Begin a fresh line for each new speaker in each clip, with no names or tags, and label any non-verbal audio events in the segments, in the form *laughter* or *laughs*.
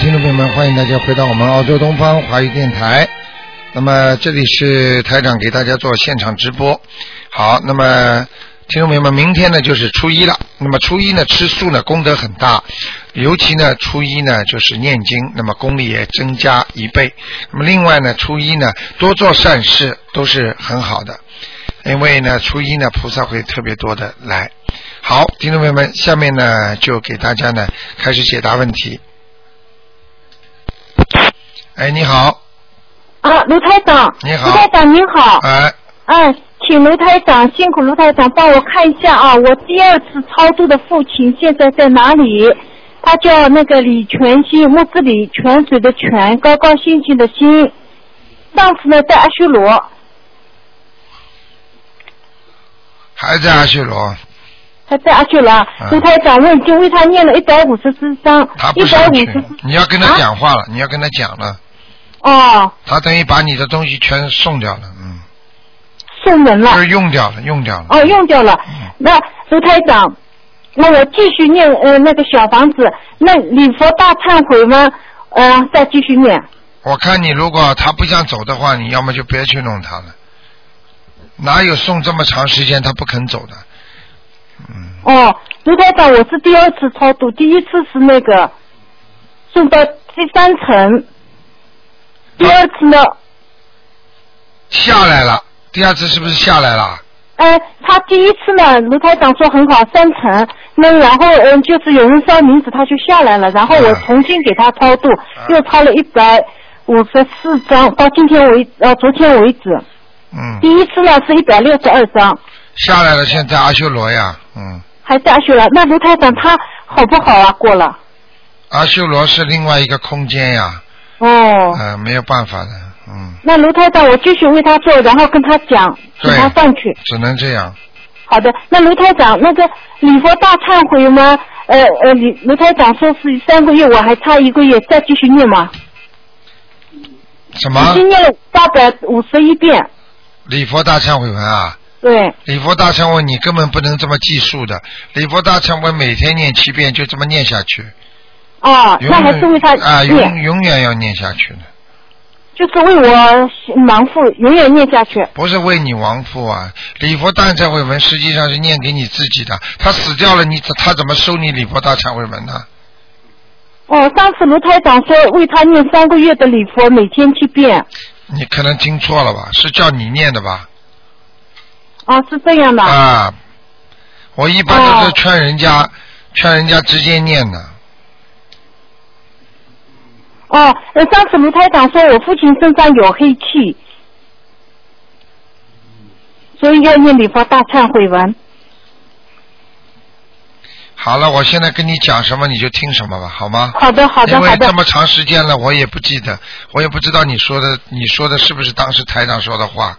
听众朋友们，欢迎大家回到我们澳洲东方华语电台。那么这里是台长给大家做现场直播。好，那么听众朋友们，明天呢就是初一了。那么初一呢吃素呢功德很大，尤其呢初一呢就是念经，那么功力也增加一倍。那么另外呢初一呢多做善事都是很好的，因为呢初一呢菩萨会特别多的来。好，听众朋友们，下面呢就给大家呢开始解答问题。哎，你好，
啊，卢台长，
你好
卢台长您好，
哎，
哎，请卢台长辛苦卢台长帮我看一下啊，我第二次超度的父亲现在在哪里？他叫那个李全兴，木字李，泉水的泉，高高兴兴的兴。上次呢在阿修罗，
还在阿修罗，
他在阿修罗。
啊
卢台长问，已经为他念了一百五十四章
他，
一
不
百
上
五
去
十，
你要跟他讲话
啊
了，你要跟他讲了，
哦，
他等于把你的东西全送掉了，嗯，
送人了
就。是用掉了，用掉了，
哦，用掉了。那卢台长，那我继续念呃那个小房子，那礼佛大忏悔吗？呃，再继续念。
我看你如果他不想走的话，你要么就别去弄他了，哪有送这么长时间他不肯走的？嗯，
哦，卢台长，我是第二次超度，第一次是那个送到第三层，第二次呢，
下来了，第二次是不是下来了？
呃，他第一次呢，卢台长说很好，三层，那然后嗯、呃就是有人烧名字，他就下来了，然后我
嗯
重新给他超度，
嗯
又超了一百五十四张，到今天为呃昨天为止。
嗯，
第一次呢是一百六十二张，
下来了，现在阿修罗呀，嗯，
还大学了。那卢台长他好不好啊？过了。
阿修罗是另外一个空间呀，
哦。
呃，没有办法的，嗯，
那卢台长，我继续为他做，然后跟他讲，请
对
他上去。
只能这样。
好的。那卢台长，那个礼佛大忏悔吗？呃呃，李卢台长说是三个月，我还差一个月，再继续念嘛。
什
已
么？
经念了八百五十一遍。
礼佛大忏悔文啊？
对。
礼佛大忏悔你根本不能这么计数的，礼佛大忏悔每天念七遍，就这么念下去。
啊，
永
那
远
还是为他
啊，
念，
永永远要念下去的，
就是为我盲妇永远念下去。
不是为你亡父啊。礼佛大忏悔文实际上是念给你自己的，他死掉了，你他怎么收你礼佛大忏悔文呢？
哦，上次卢台长说为他念三个月的礼佛，每天七遍。
你可能听错了吧？是叫你念的吧？
啊，是这样的。
啊，我一般都是
哦
劝人家，劝人家直接念的。
哦，呃上次卢台长说我父亲身上有黑气，所以要念礼佛大忏悔文。
好了，我现在跟你讲什么你就听什么吧，好吗？
好的，好的，
因
好
为
的
这。么长时间了，我也不记得，我也不知道你说的，你说的是不是当时台长说的话，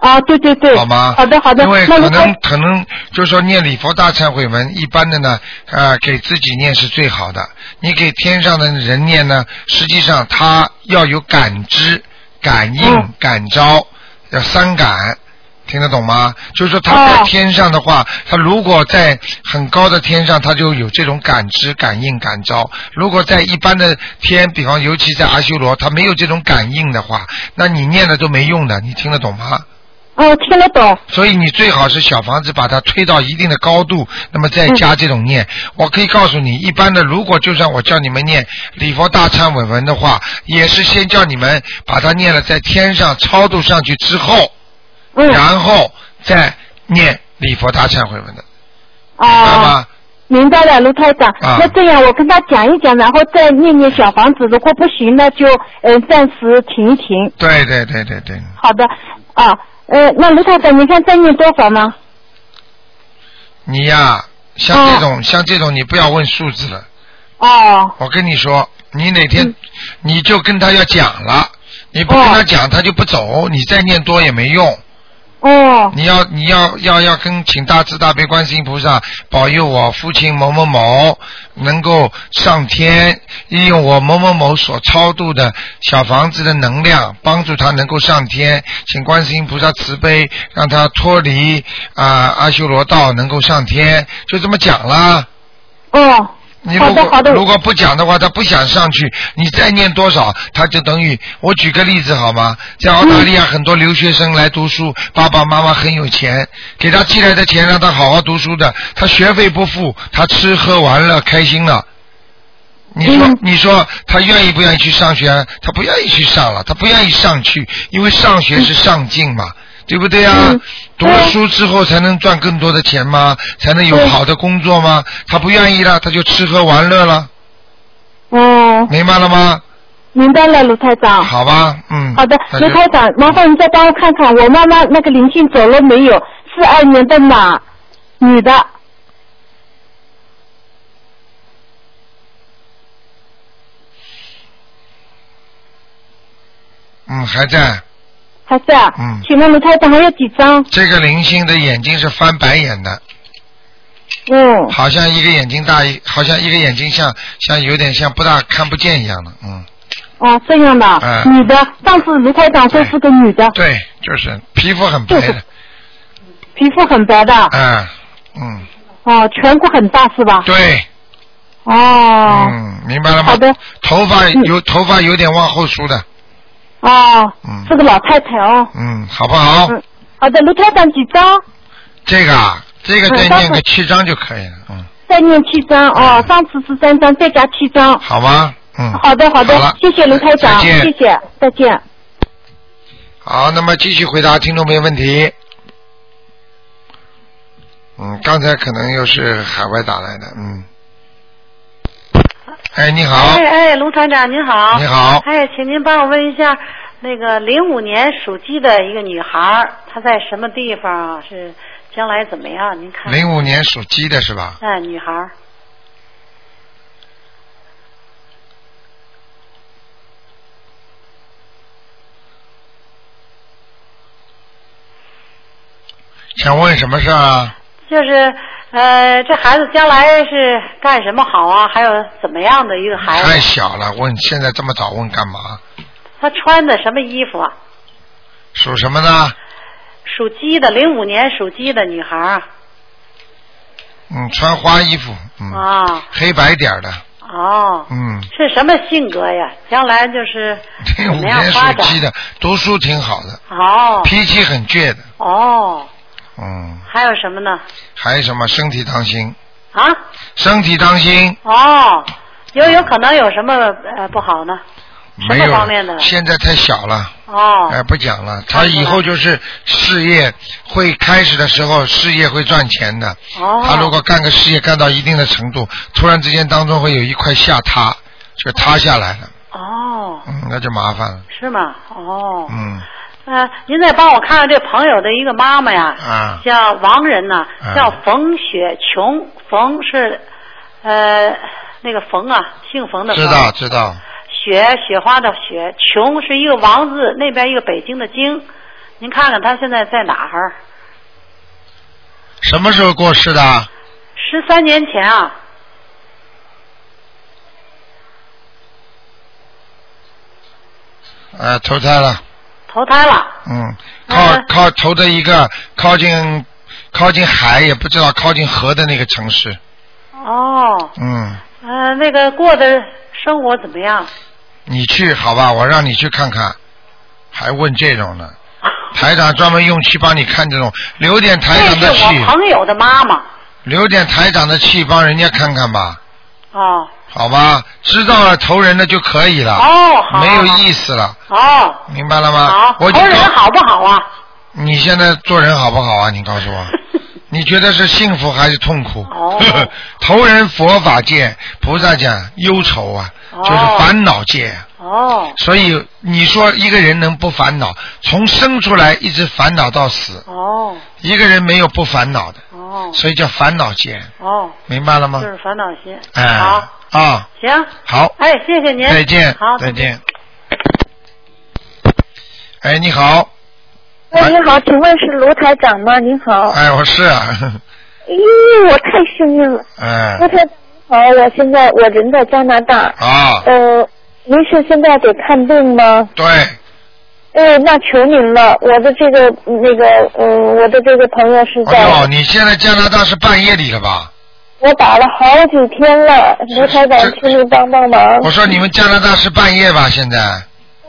啊，对对对。
好吗？
好的，好的。
因为
那
可
卢
能
台
可能就是说念礼佛大忏悔文，一般的呢，啊、给自己念是最好的。你给天上的人念呢，实际上他要有感知、感应、
嗯
感召，要三感。听得懂吗？就是说他在
哦
天上的话，他如果在很高的天上，他就有这种感知、感应、感召；如果在一般的天，比方尤其在阿修罗，他没有这种感应的话，那你念了都没用的。你听得懂吗？
哦，听得懂。
所以你最好是小房子把它推到一定的高度，那么再
嗯
加这种念。我可以告诉你，一般的，如果就算我叫你们念礼佛大忏悔文的话，也是先叫你们把它念了，在天上超度上去之后，
嗯。
然后再念礼佛大忏悔文的，明白
啊。
吗？
明白了，卢台长。
啊
那这样，我跟他讲一讲，然后再念念小房子。如果不行，那就嗯、呃暂时停一停。
对对对对对，
好的。啊，呃，那卢台长，你看再念多少呢？
你呀、像这种、像这种，你不要问数字了。
哦，
我跟你说，你哪天、
嗯
你就跟他要讲了，你不跟他讲，他就不走，你再念多也没用。
哦，
你要你要要要跟请大慈大悲观世音菩萨保佑我父亲某某某能够上天，利用我某某某所超度的小房子的能量，帮助他能够上天，请观世音菩萨慈悲，让他脱离啊、阿修罗道，能够上天，就这么讲啦。
哦，
你如
好的好
果
的
如果不讲的话，他不想上去，你再念多少，他就等于我举个例子好吗？在澳大利亚很多留学生来读书，爸爸妈妈很有钱，给他寄来的钱让他好好读书的，他学费不付，他吃喝玩乐开心了。你说，
嗯
你说他愿意不愿意去上学？他不愿意去上了，他不愿意上去，因为上学是上进嘛，对不对啊
嗯？
读了书之后才能赚更多的钱吗？才能有
对
好的工作吗？他不愿意了，他就吃喝玩乐了，
哦，
明白了吗？
明白了，卢台长。
好吧，嗯。
好的，
那就
刘台长，麻烦你再帮我看看我妈妈那个灵性走了没有？四二年的马，女的，
嗯，还在。
还在啊？
嗯
请问卢台长还有几张？
这个灵性的眼睛是翻白眼的，
嗯，
好像一个眼睛大，一好像一个眼睛像像有点像不大看不见一样的，嗯，
哦，这样的，
嗯
女的。上次卢台长说是个女的，
对，就是皮肤很白的，
皮肤很白的，
啊，嗯，
哦，颧骨很大是吧？
对，
哦，
嗯，明白了吗？
好的，嗯
头发有头发有点往后梳的，
哦，
嗯
是个老太太哦。
嗯，好不好？
嗯，好的，卢台长几张？
这个啊，这个
嗯
再
待
念
会
个
儿
七章就可以了，嗯，
再念七张哦，上次是三张，再加七张。
好吗？嗯，
好的，好的
好了，
谢谢卢台长，
再见
谢谢，再见。
好，那么继续回答听众朋友问题。嗯，刚才可能又是海外打来的，嗯。哎，你好，
哎哎，卢团长您好。
你好，
哎，请您帮我问一下，那个零五年属鸡的一个女孩儿，她在什么地方？是将来怎么样？您看。
零五年属鸡的是吧？
哎，女孩儿，
想问什么事儿啊？
就是呃，这孩子将来是干什么好啊？还有怎么样的一个孩
太
子？
小了，问现在这么早问干嘛？
她穿的什么衣服啊？
属什么呢？
属鸡的，零五年属鸡的女孩儿
嗯，穿花衣服，嗯，
啊。
黑白点儿的，
哦。
嗯，
是什么性格呀？将来就是怎
零五
么样
年属
发展？
鸡的，读书挺好的，
哦
脾气很倔的，
哦，
嗯，
还有什么呢？
还有什么身体当心，
啊？
身体当心，
哦，有有可能有什么呃不好呢？
没有
什么方面的
现在太小了，
哦
哎、，不讲了。他
看出来
以后就是事业会开始的时候，事业会赚钱的。
哦，
他如果干个事业干到一定的程度，突然之间当中会有一块下塌，就塌下来了，
哦，
嗯，那就麻烦了，
是吗？哦，
嗯，
呃，您再帮我看看这朋友的一个妈妈呀，
啊
叫王人呐、
啊
叫冯雪琼，冯是呃那个冯啊，姓冯的冯，
知道知道，
雪雪花的雪，琼是一个王字，那边一个北京的京，您看看他现在在哪儿？
什么时候过世的？啊
十三年前啊，
呃，投胎了，
投胎了，
嗯，靠
嗯
靠投的一个靠近靠近海也不知道靠近河的那个城市，
哦。
嗯，
呃，那个过的生活怎么样？
你去好吧，我让你去看看，还问这种
*laughs*
呢？台长专门用气帮你看这种，留点
这
台长的
是我
气，
朋友的妈妈
留点台长的气帮人家看看吧，
哦
好吧？知道了投人的就可以了，
哦，好
啊没有
好
意思了，
哦，
明白了吗
好，？
我就
投人
告
好不好啊？
你现在做人好不好啊？你告
*laughs*
诉我，你觉得是幸福还是痛苦？
哦
*laughs* 投人佛法界，菩萨讲忧愁啊，
哦
就是烦恼界。
哦
所以你说一个人能不烦恼？从生出来一直烦恼到死，
哦
一个人没有不烦恼的，
哦
所以叫烦恼界，
哦，
明白了
就
吗？
是烦恼心。
哎，
好，
啊，
行，
好，
哎，谢谢您，
再见
好，，
再见。哎，你好，
喂，您好，请问是卢台长吗？您好，
哎，我是啊， *laughs*
咦，我太幸运了，
哎
卢，台长您好，我现在我人在加拿大，
啊，
呃，您是现在得看病吗？
对，
呃，那求您了，我的这个那个，嗯、我的这个朋友是在
哦哎呦，你现在加拿大是半夜里了吧？
我打了好几天了，卢台长
是，
请你帮帮忙。
我说你们加拿大是半夜吧？现在？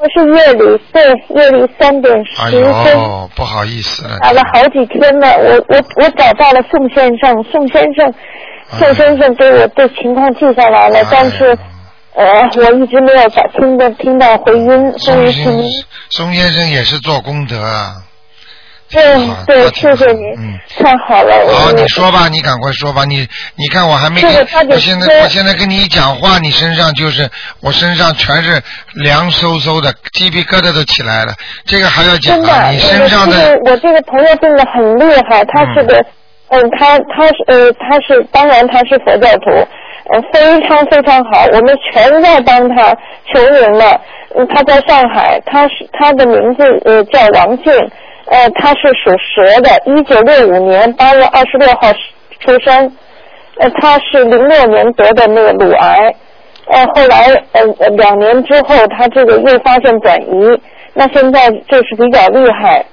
我是夜里，对，夜里三点
哎
十分。
呦，不好意思了。
打了好几天了，我我我找到了宋先生，宋先生，宋先生给我的情况记下来了，
哎
但是呃，我一直没有打听到听到回音，所
宋
以
先
请您
生，宋先生也是做功德啊。挺好
对嗯对，
挺好
谢谢您，
嗯。
太好了，我
好，
我
你说吧，你赶快说吧，你你看我还没
这个
跟
他，得
我现在
说
我现在跟你一讲话，你身上就是我身上全是凉飕飕的，鸡皮疙瘩都起来了。这个还要讲
真的，
啊，你身上
我
的
这个我这个朋友病得很厉害，他是个，嗯，他他是呃他是当然他是佛教徒，呃非常非常好，我们全在帮他求人了。嗯他在上海，他是他的名字呃叫王静，呃他是属蛇的，一九六五年八月二十六号出生，呃他是零六年得的那个乳癌。呃，后来呃呃两年之后，他这个又发现转移，那现在就是比较厉害。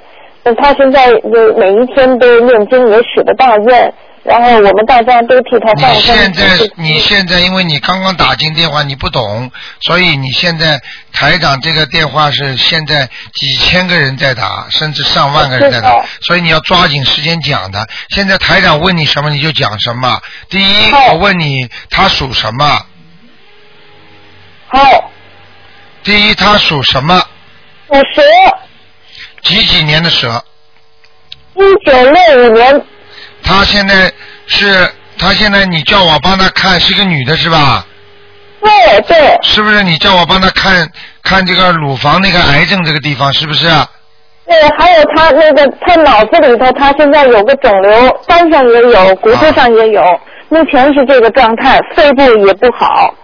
呃、他现在呃每一天都念经，也许了大愿，然后我们大家都替他
你
放生。
现在
就是
你现在因为你刚刚打进电话，你不懂，所以你现在台长这个电话是现在几千个人在打，甚至上万个人在打
我知道，
所以你要抓紧时间讲的。现在台长问你什么你就讲什么。第一，
好
我问你他属什么。
好，
第一，他属什么？
我蛇，
几几年的蛇？
一九六五年，
他现在是，他现在你叫我帮他看，是个女的是吧？
对对
是不是你叫我帮他看看这个乳房那个癌症这个地方是不是啊？
对，呃还有他那个他脑子里头，他现在有个肿瘤，肝上也有，骨头上也有，目前是这个状态，肺部也不好。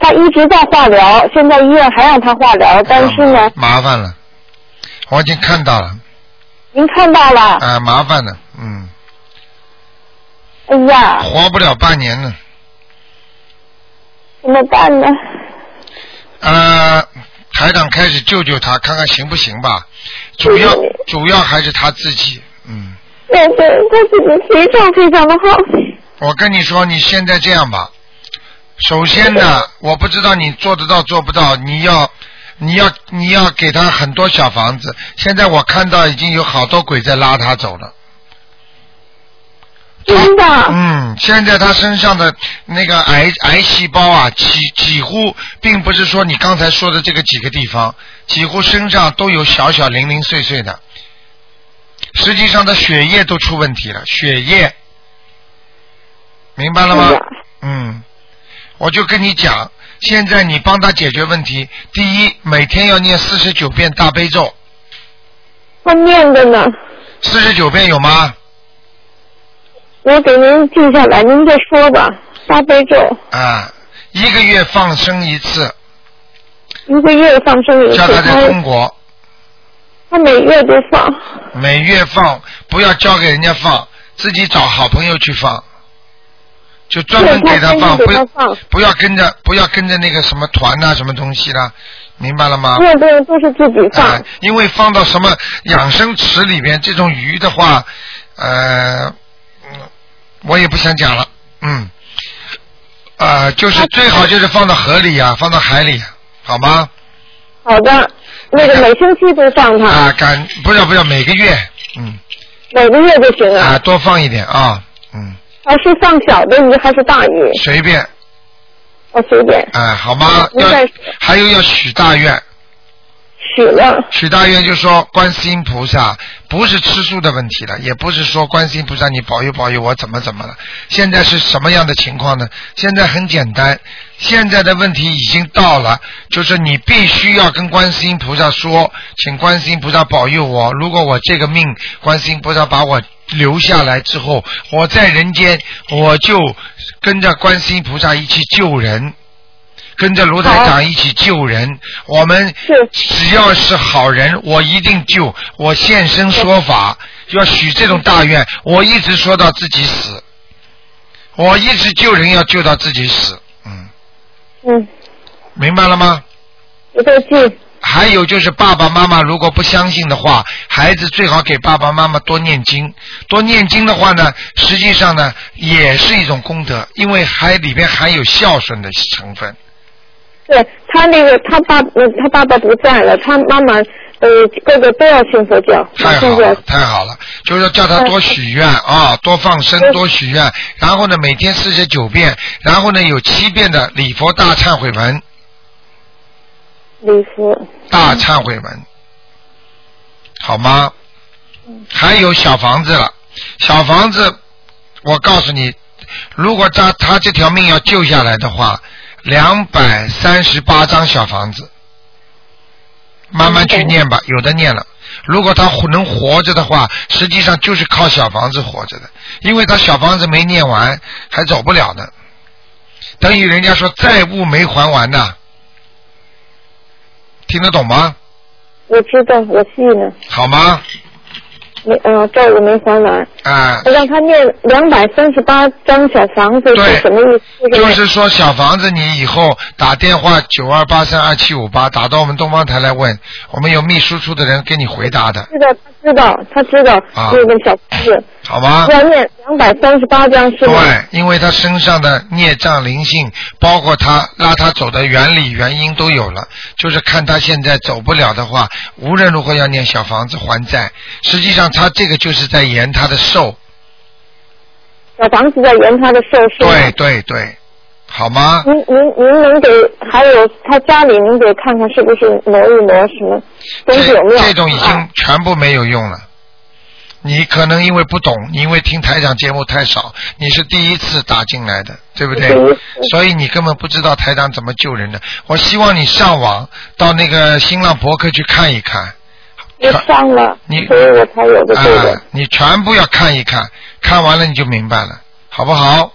他一直在化疗，现在医院还让他化疗，但是啊呢，
麻烦了，我已经看到了，
您看到了，
啊、麻烦了，嗯，
哎呀，
活不了半年了，
怎么办呢？
呃，台长开始救救他，看看行不行吧，主要
嗯
主要还是他自己，嗯，
对对，他自己非常非常的好，
我跟你说，你现在这样吧，首先
*laughs*
呢，我不知道你做得到做不到，你要。你要你要给他很多小房子，现在我看到已经有好多鬼在拉他走了。
真的，
嗯，现在他身上的那个癌癌细胞啊，几几乎并不是说你刚才说的这个几个地方，几乎身上都有小小零零碎碎的。实际上，他血液都出问题了，血液，明白了吗
是的？
嗯，我就跟你讲，现在你帮他解决问题，第一，每天要念四十九遍大悲咒，
他念着呢，
四十九遍有吗？
我给您记下来，您就说吧，大悲咒，
啊，一个月放生一次，
一个月放生一次，
叫他在中
他
国。
他每月都放。
每月放，不要交给人家放，自己找好朋友去放，就专门给他放，不
对专门给他
要
放
不要跟着不要跟着那个什么团呐、什么东西啦，明白了吗？
对对，都是自己
啊、
放。
因为放到什么养生池里边，这种鱼的话，呃，嗯我也不想讲了，嗯，呃，就是最好就是放到河里呀、放到海里呀、啊好吗？
好的，那个每星期都放它，
啊，敢不要不要每个月，嗯，
每个月就行
啊，
啊。
多放一点啊，嗯，
啊，是放小的鱼还是大鱼？
随便。
我随便
哎，好吗？
嗯
要
再说
还有要许大愿，
许了。
许大愿就说观世音菩萨不是吃素的问题了，也不是说观世音菩萨你保佑保佑我怎么怎么了。现在是什么样的情况呢？现在很简单，现在的问题已经到了，就是你必须要跟观世音菩萨说，请观世音菩萨保佑我。如果我这个命，观世音菩萨把我留下来之后，我在人间我就跟着观世音菩萨一起救人。跟着卢台长一起救人。我们
是
只要是好人，我一定救。我现身说法，要许这种大愿。我一直说到自己死，我一直救人要救到自己死。嗯，
嗯，
明白了吗？
我再记。
还有就是爸爸妈妈如果不相信的话，孩子最好给爸爸妈妈多念经，多念经的话呢，实际上呢也是一种功德，因为还里面含有孝顺的成分。
对他那个他爸呃他爸爸不在了，他妈妈呃哥哥都要信佛教，
太好
现在
了，太好了，就是叫他多许愿啊，多放生，多许愿，然后呢，每天四十九遍，然后呢，有七遍的礼佛大忏悔文，
礼服
大忏悔文，好吗？还有小房子了，小房子，我告诉你，如果他他这条命要救下来的话，两百三十八张小房子，慢慢去念吧，有的念了。如果他活能活着的话，实际上就是靠小房子活着的，因为他小房子没念完，还走不了呢。等于人家说债务没还完呐，听得懂吗？
我知道我记呢，
好吗？
没嗯、这我没还完，
啊、
我让他念两百三十八张小房子
对
是什么意思？
就是说小房子，你以后打电话九二八三二七五八打到我们东方台来问，我们有秘书处的人给你回答的，
知道他知道他知道
啊
那个小房子
好吗？
要念两百三十八张是吗？
对，因为他身上的孽障灵性，包括他拉他走的原理原因都有了，就是看他现在走不了的话，无论如何要念小房子还债。实际上他这个就是在延他的寿，
小房子在延他的寿是
对
吗？
哎对对，好吗？
您您您能给还有他家里您给看看是不是挪一挪什么东西
这
有没有？
这种已
啊
经全部没有用了。你可能因为不懂，你因为听台长节目太少，你是第一次打进来的，对不对
第一次？
所以你根本不知道台长怎么救人的。我希望你上网到那个新浪博客去看一看，
我上了
你，
所以我才有的
啊、
这个。
你全部要看一看，看完了你就明白了，好不好？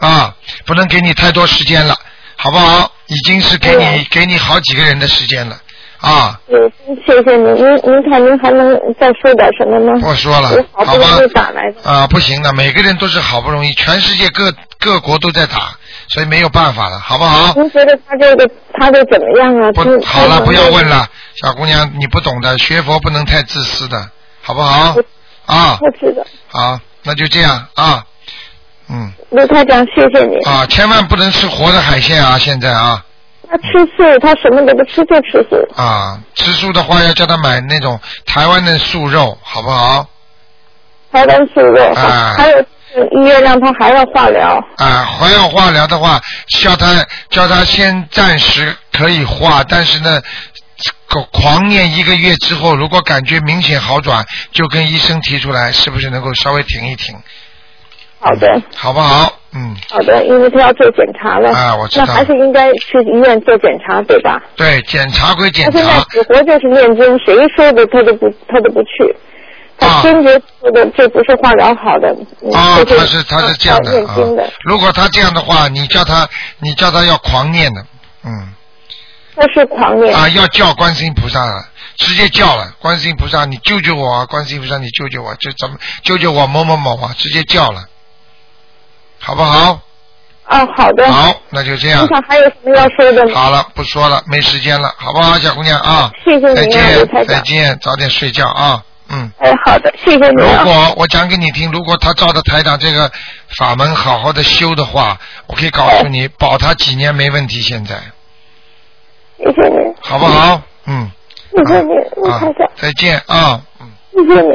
啊，不能给你太多时间了，好不好？已经是给你给你好几个人的时间了，啊，
嗯，谢谢您，您您看您还能再说点什么呢？
不说了
我，好
好
不
吧
容易？打来的，
啊，不行的，每个人都是好不容易，全世界各各国都在打，所以没有办法了，好不好？
您觉得他这个他这怎么样啊？
不
听
好了，不要问。了，小姑娘，你不懂的，学佛不能太自私的，好不好？啊，
我知道，
好，那就这样啊，嗯
卢台长，谢谢你。
啊，千万不能吃活的海鲜啊，现在啊
他吃素，他什么都不吃，就吃素。
啊，吃素的话要叫他买那种台湾的素肉，好不好？
台湾素肉，
啊
还有嗯就是医院让他还要化疗。
啊，还要化疗的话，叫他叫他先暂时可以化，但是呢，狂狂念一个月之后，如果感觉明显好转，就跟医生提出来，是不是能够稍微停一停，
好的。
好不好？嗯，
好的，因为他要做检查了。
啊我知道
那还是应该去医院做检查，对吧？
对，检查归
他
检
现在
查，
死活就是念经，谁说的他都不他都不去，
啊
他坚决说的这不是化疗好的，嗯
啊，
这
他是他是这样的
要念
啊
经的。。
如果他这样的话，你叫他你叫他要狂念的，嗯。
他是狂念，
啊，要叫观世音菩萨了，直接叫了，观世音菩萨，你救救我啊！观世音菩萨，你救救我，就怎么救救我某某某啊！直接叫了，好不好？
啊，好的。
好，那就这样
您，看还有什么要说的吗？
好了，不说了，没时间了，好不好，小姑娘啊？
谢谢
再
您啊，卢台
见，再
长。
见，早点睡觉啊，嗯。
哎，好的，谢谢您
如
啊。
果我讲给你听，如果他照着台长这个法门好好的修的话，我可以告诉
哎
你，保他几年没问题。现在
谢谢您，
好不好？嗯，
谢谢您，卢
啊
台长，，
再见啊，嗯。
嗯谢谢您。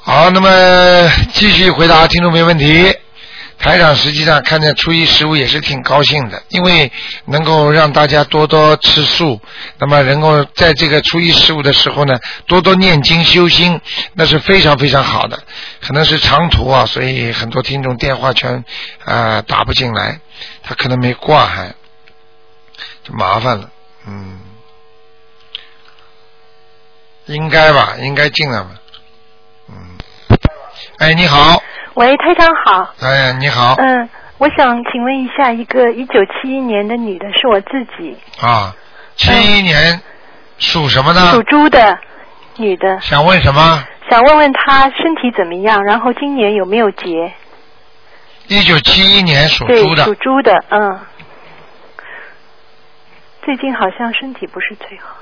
好，那么继续回答听众朋友问题。台长实际上看见初一十五也是挺高兴的，因为能够让大家多多吃素，那么能够在这个初一十五的时候呢，多多念经修心，那是非常非常好的。可能是长途啊，所以很多听众电话全啊、呃打不进来，他可能没挂还，就麻烦了。嗯，应该吧，应该进来吧。嗯哎，你好，
喂，台长好。
哎，你好，
嗯，我想请问一下，一个一九七一年的女的，是我自己，
啊，七一年属什么
呃属
呢？
猪的女的，
想问什么？
想问问她身体怎么样，然后今年有没有结？
一九七一年属
对
猪，
属
的，
猪的，嗯。最近好像身体不是最好。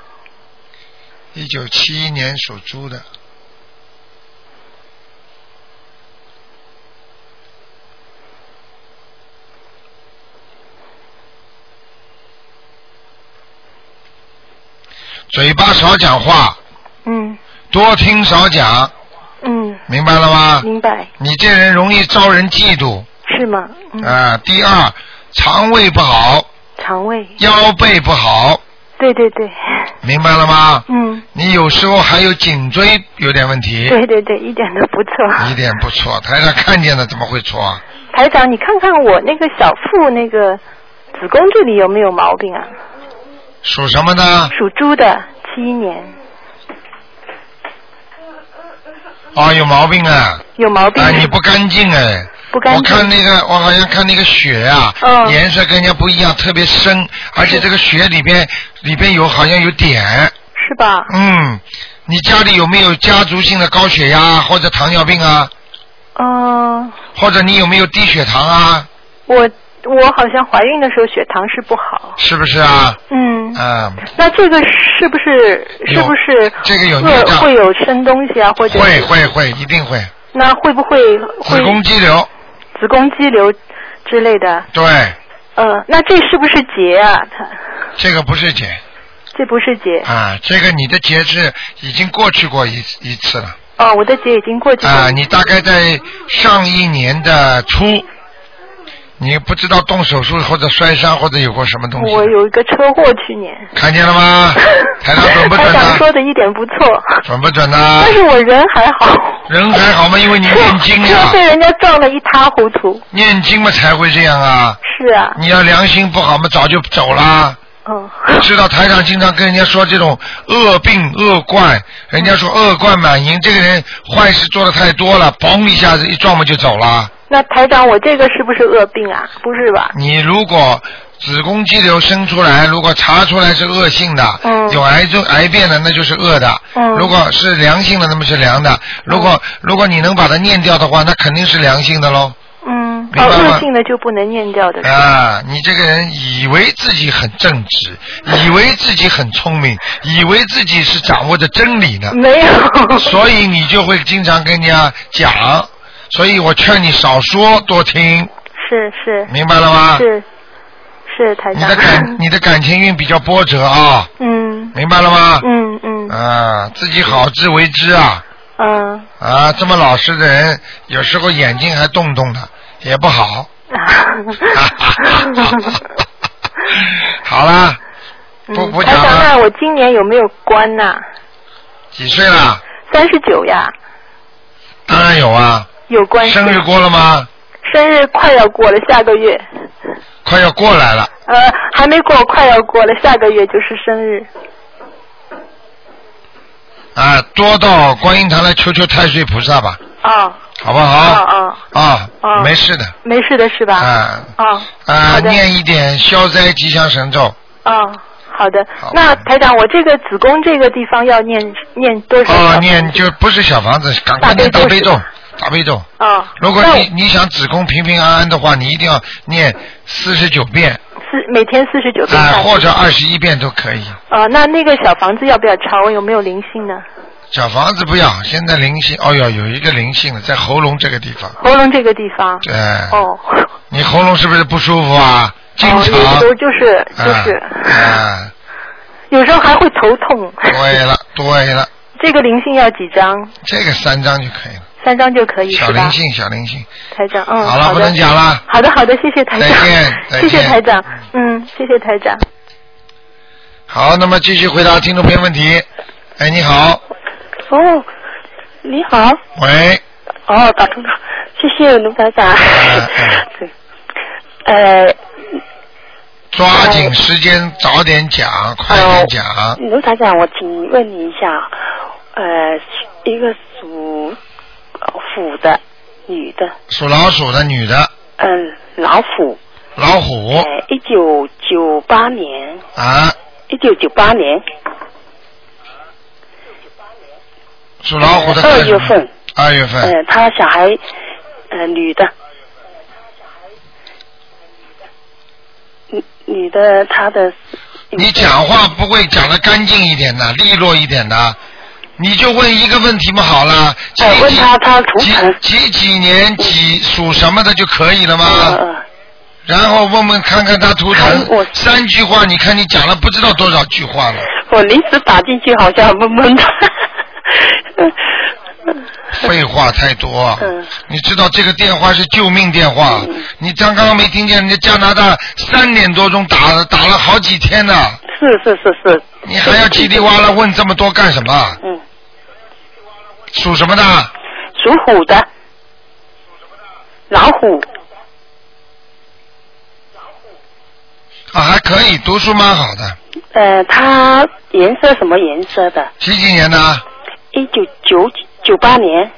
一九七一年属猪的，嘴巴少讲话，
嗯
多听少讲，
嗯，
明白了吗？
明白
你这人容易招人嫉妒
是
*laughs*
吗？嗯，
啊、第二，肠胃不好，
肠胃，
腰背不好，
对对对，
明白了吗？
嗯，
你有时候还有颈椎有点问题，
对对对，一点都不错。
一点不错，台上看见了怎么会错啊？
台长，你看看我那个小腹那个子宫这里有没有毛病啊？
属什么呢？
属猪的，七一年
哦，有毛病啊！
有毛病，
啊，你不干净哎！
不干
我
净
看那个，我好像看那个血啊，
嗯
颜色跟人家不一样，特别深，而且这个血里边里边有好像有点。
是吧？
嗯，你家里有没有家族性的高血压或者糖尿病啊？
嗯、
或者你有没有低血糖啊？
我我好像怀孕的时候血糖是不好，
是不是啊？
嗯，
嗯，
那这个是不是
有
是不是
这个有
会
孽障
会有生东西啊，或者
会会会，一定会。
那会不会会
子宫肌瘤，
子宫肌瘤之类的？
对，
呃，那这是不是结啊？它
这个不是解
这不是结
啊，这个你的结是已经过去过一次一次了。
哦，我的结已经过去了。
啊，你大概在上一年的初，你不知道动手术或者摔伤或者有过什么东西，
我有一个车祸，去年。？
看见了吗台长准不
*laughs* 台
准
长说
呢？啊
的一点不错，
准不准呢
但？是我人还好。
人还好吗？因为你念经
车
啊，
被人家撞得一塌糊涂。
念经嘛才会这样啊。
是啊，
你要良心不好嘛，早就走啦。
嗯，
知道台长经常跟人家说这种恶病恶贯，人家说恶贯满盈，这个人坏事做的太多了，嘣一下子一撞嘛就走了。
那台长，我这个是不是恶病啊？不是吧？
你如果子宫肌瘤生出来，如果查出来是恶性的，
嗯
有癌症癌变的，那就是恶的；
嗯
如果是良性的，那么是良的。如果、如果你能把它念掉的话，那肯定是良性的喽。
嗯，
明
哦，
白吗
恶性的就不能念掉的是吧。
啊，你这个人以为自己很正直，
嗯
以为自己很聪明，以为自己是掌握着真理呢，
没有。
所以你就会经常跟人家讲。所以我劝你少说多听，
是是
明白了吗？
是是台
你
长。
的
*laughs*
感你的感情运比较波折啊。
嗯
明白了吗？
嗯嗯
啊，自己好自为之啊！
嗯。
啊，这么老实的人，有时候眼睛还动动的，也不好。好啦，不
嗯
不
台
讲
长，那
了。
我今年有没有关呐、
几岁了？
三十九呀，
当然有啊。
有关系
生日过了吗？
生日快要过了，下个月，
快要过来了，
呃，还没过，快要过了，下个月就是生日。
啊，多到观音堂来求求太岁菩萨吧，
哦，
好不
哦
好？
哦，
啊
哦，
没事的，
没事的是吧？
啊
哦，
啊，
好的，
念一点消灾吉祥神咒，
哦，好的。
好
那台长，我这个子宫这个地方要念念多少？
哦，念就不是小房子，赶快念大
大
悲
悲咒
咒，大悲咒。
哦，
如果
那
你你想子宫平平安安的话，你一定要念四十九遍
我四每天四十九
啊、
遍大悲
或者二十一遍都可以。
哦，那那个小房子要不要抄？有没有灵性呢？
小房子不要，现在灵性，哦哟，有一个灵性的在喉咙这个地方，
喉咙这个地方。
对，
哦，
你喉咙是不是不舒服啊？经常
哦，有时候就是
啊
就是， *laughs*
啊，
有时候还会头痛。
对了对了，
这个灵性要几张？
这个三张就可以了，
三张就可以
小
是
灵
吧？
性小灵性，
台长，嗯，
好了
好
不
的
能。讲了。
好的，好的，谢谢台长，
再见再见
谢谢台长，嗯，谢谢台长。
好，那么继续回答听众朋友问题。哎，你好，
哦，你好，
*laughs*
喂，
哦，打通了，谢谢卢台长。
哎
对，呃，
抓紧时间，早点讲，快
哎
点讲。
卢台长，我请问你一下，呃，一个属呃虎的女的，
属老鼠的女的，
嗯、老虎，
老虎
呃，一九九八年，
啊，
一九九八年
属老虎的
呃
干什么
二月份，
二月份，
呃，她小孩，呃，女的，女女的，她的
你讲话不会讲的干净一点的，利落一点的，你就问一个问题嘛，好了。几
我哦问他他图
几
腾
几几几年几属什么的就可以了吗？
呃，
然后问问看看他图
看
腾
我，
三句话，你看你讲了不知道多少句话了，
我临时打进去好像懵懵的。
废话太多
嗯。
你知道这个电话是救命电话，你刚刚没听见人家加拿大三点多钟打了打了好几天呢，
是是是是，
你还要叽里哇啦问这么多干什么？
嗯，
属什么的？
属虎的，老虎，
啊，还可以，读书蛮好的。
呃，它颜色什么颜色的？
几几年的？
一九九九八年，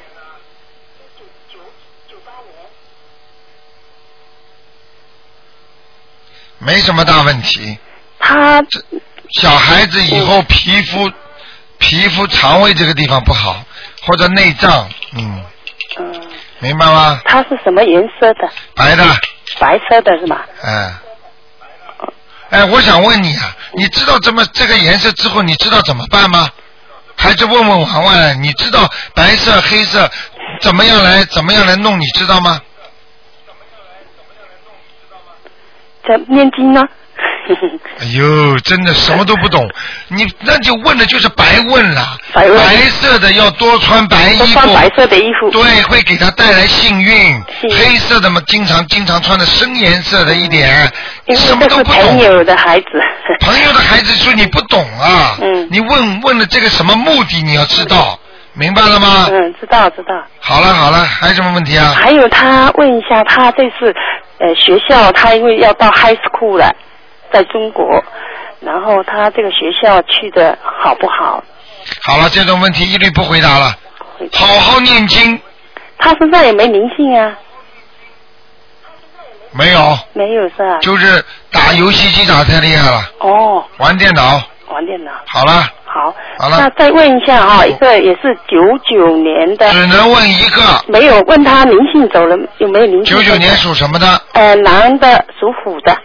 没什么大问题。
它
小孩子以
嗯
后皮肤、皮肤、肠胃这个地方不好，或者内脏，嗯，
嗯，
明白吗？
它是什么颜色的？
白的，
白色的是吗？
嗯。哎，我想问你啊，你知道怎么这个颜色之后，你知道怎么办吗？还是问问玩玩？你知道白色、黑色怎么样来怎么样来弄？你知道吗？
在念经呢？
哎呦，真的什么都不懂，你那就问的就是白问了。
白问
色的要多穿白衣
都
服，
穿白色的衣服。
对，会给他带来幸运。
幸运
黑色的嘛，经常经常穿的深颜色的一点，
因
什么
为这
都
是
不
朋
懂。
友的孩子。
朋友的孩子说你不懂啊，
嗯
你问问了这个什么目的，你要知道，明白了吗？
嗯，知道知道。
好了好了，还有什么问题啊？
还有他问一下，他这次呃学校他因为要到 high school 了，在中国，然后他这个学校去的好不好？
好了，这种问题一律不回答了，
回答
好好念经，
他身上也没灵性啊，
没有，
没有是吧？
就是打游戏机打太厉害了，
哦，
玩电脑。
玩电脑。
好了，
好，
好了
那再问一下哈、一个也是九九年的，
只能问一个，
没有问他灵性走了有没有灵性？
九九年。属什么的？
呃，男的属虎的，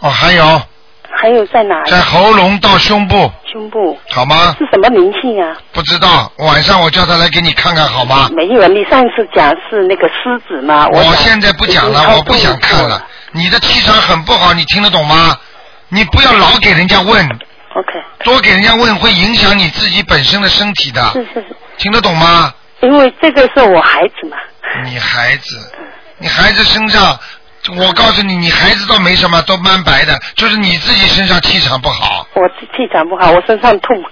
哦，还有
还有在哪里？
在喉咙到胸部，
胸部
好吗？
是什么灵性啊？
不知道，晚上我叫他来给你看看好吗？
没有，啊你上次讲是那个狮子嘛？
我
想
现在不讲
已经
了，
超
我不想看
度
了。。你的气场很不好，你听得懂吗？你不要老给人家问，
OK，
多给人家问会影响你自己本身的身体的
是，是是，
听得懂吗？
因为这个是我孩子嘛。
你孩子，你孩子身上，我告诉你，你孩子倒没什么，都蛮白的，就是你自己身上气场不好，
我气场不好，我身上痛。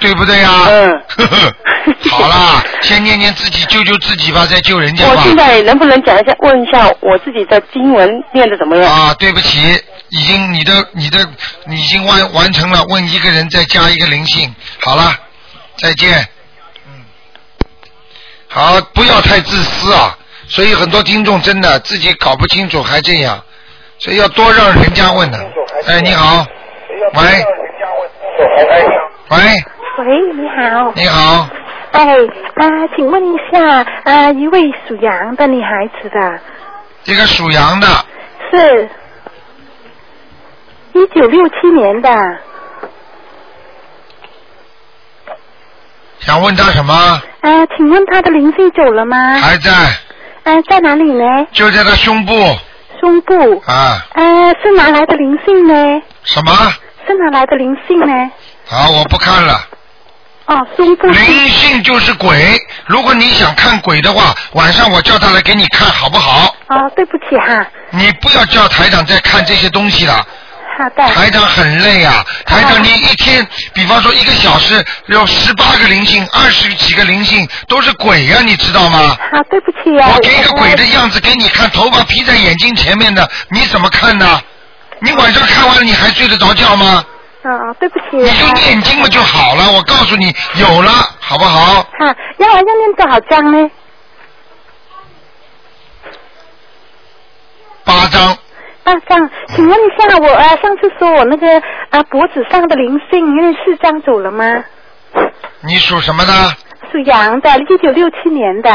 对不对呀、
嗯 *laughs*
呵呵， *laughs* 好啦，先念念自己，救救自己吧，再救人家
我
吧。
现在能不能讲一下，问一下我自己的经文念的怎么样？
啊，对不起，已经你的你的你已经完完成了，问一个人再加一个灵性，好了，再见。嗯，好，不要太自私啊！所以很多听众真的自己搞不清楚还这样，所以要多让人家问的。哎，你好，喂，喂，
喂，你好。
你好，
哎，啊、请问一下，啊、一位属羊的女孩子的，
一个属羊的，
是，一九六七年的，
想问他什么？
啊、请问她的灵性走了吗？啊、
还在，
在哪里呢？
就在他胸部
胸部。
啊？
啊，是哪来的灵性呢？
什么？
是哪来的灵性呢？
好，我不看了。
哦，胸部是。
灵性就是鬼，如果你想看鬼的话，晚上我叫他来给你看好不好？
哦，对不起哈，
你不要叫台长再看这些东西了，
好的。哦
台长很累啊。台长，你一天，比方说一个小时有十八个灵性，二十几个灵性都是鬼呀、你知道吗？
好，对不起呀、
我给一个鬼的
我
样子给你看，头发披在眼睛前面的，你怎么看呢？你晚上看完了，你还睡得着觉吗？
哦，对不起、
你
呀
就念经嘛就好了。我告诉你，有了，好不好？
哈，啊要要念多少章呢？
八张。
大丈，啊请问一下，我啊上次说我那个啊脖子上的灵性，因为是这样走了吗？
你属什么的？
属羊的，一九六七年的。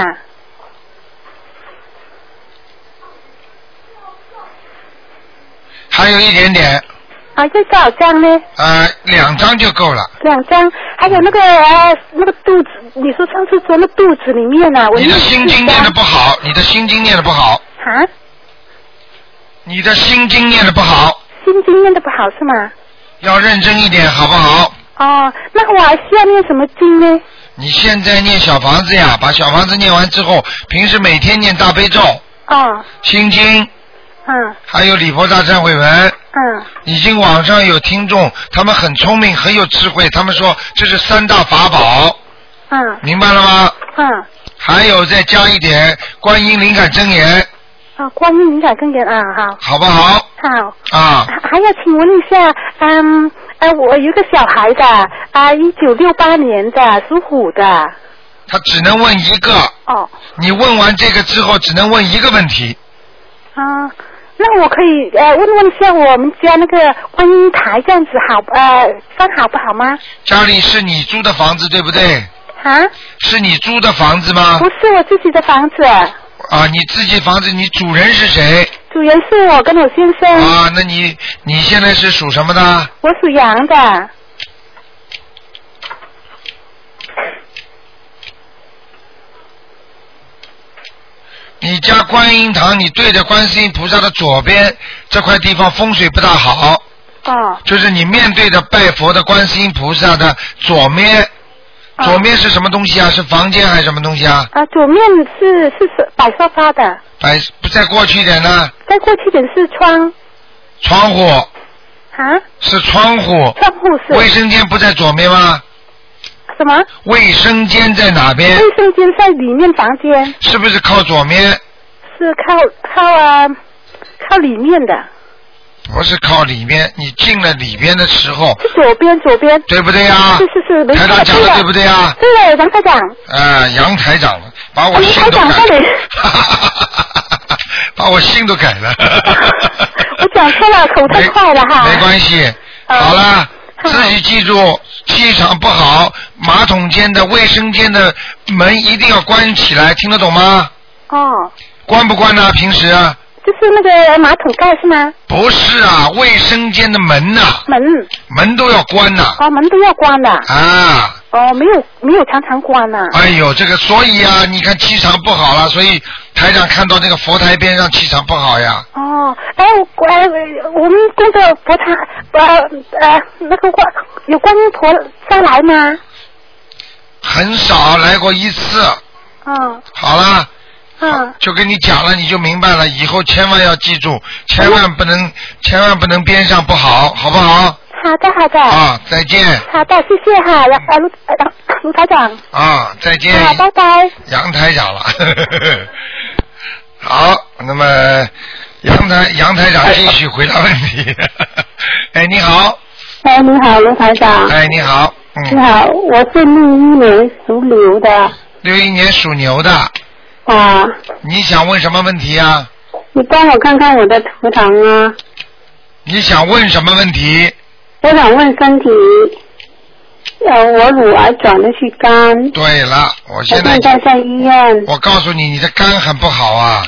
还有一点点，
啊，这多少张呢？
呃，两张就够了。
两张，还有那个呃那个肚子，你说上次说那肚子里面啊，我
你
念
的
了
心经
四
念
张
的不好，你的心经念的不好，
啊，
你的心经念的不好，
心经念的不好是吗？
要认真一点，好不好？
哦，那我还需要念什么经呢？
你现在念小房子呀，把小房子念完之后，平时每天念大悲咒、
哦，
心经，
嗯
还有礼佛大忏悔文。
嗯，
已经网上有听众，他们很聪明，很有智慧，他们说这是三大法宝，
嗯
明白了吗？
嗯，
还有再加一点观音灵感真言，
啊，观音灵感更言啊，好，
好不好？
好。
啊，
还还要请问一下，嗯，呃，我有一个小孩的，啊，一九六八年的，属虎的，
他只能问一个，
哦，
你问完这个之后只能问一个问题，
啊，那我可以呃问问一下我们家那个观音台这样子好呃算好不好吗？
家里是你租的房子对不对？
啊，
是你租的房子吗
不？是我自己的房子，
啊，你自己房子，你主人是谁？
主人是我跟我先生，
啊，那你你现在是属什么的？
我属羊的，啊
你家观音堂，你对着观世音菩萨的左边这块地方风水不大好，
哦，
就是你面对着拜佛的观世音菩萨的左面，
哦
左面是什么东西啊？是房间还是什么东西啊？
啊，左面是是是摆沙发的，
摆不再过去一点呢？
再过去点是窗，
窗户
啊，
是窗户，
窗户是
卫生间不在左面吗？
什么？
卫生间在哪边？
卫生间在里面，房间
是不是靠左面？
是靠靠啊靠里面的，
不是靠里面，你进了里边的时候，
是左边左边。
对不对呀？
是是是，没
台
错，
长讲的对不对呀？
对，杨台长，
呃，杨台长，把我心都改
啊杨台长快
了 *laughs*
点，
把我心都改
*laughs*
了。
我讲错了，口
哎
太快了哈。
没没关系，
嗯
好了，
好
自己记住，气场不好，马桶间的、卫生间的门一定要关起来，听得懂吗？
哦，
关不关呢、平时啊？
就是那个马桶盖是吗？
不是啊，卫生间的门呐、
门，
门都要关呐、
哦，门都要关的。
啊
哦，没有没有常常关啊呐、
哎呦，这个所以啊，你看气场不好了，所以台长看到那个佛台边上气场不好呀。
哦，哎，我哎，我们工作佛堂呃呃那个观有观音婆上来吗？
很少来过一次，
嗯
好了，
嗯
就跟你讲了，你就明白了。以后千万要记住，千万不能，千万不能边上不好，好不好？
好的好的、
啊，再见
好的，谢谢哈，然呃卢呃卢台长，
啊，再见，
啊，拜拜。
杨台长了。 *laughs* 好，那么杨台杨台长继续回答问题。 *laughs* 哎，你好，
哎，你好，卢台长。
哎，你好，
你
嗯，
好，我是六一年属牛的
六一年属牛的，
啊，
你想问什么问题啊？
你帮我看看我的图腾啊，
你想问什么问题？
我想问身体，呃，我乳癌转的去肝，
对了，我
我
现在
现在在医院。
我告诉你，你的肝很不好啊，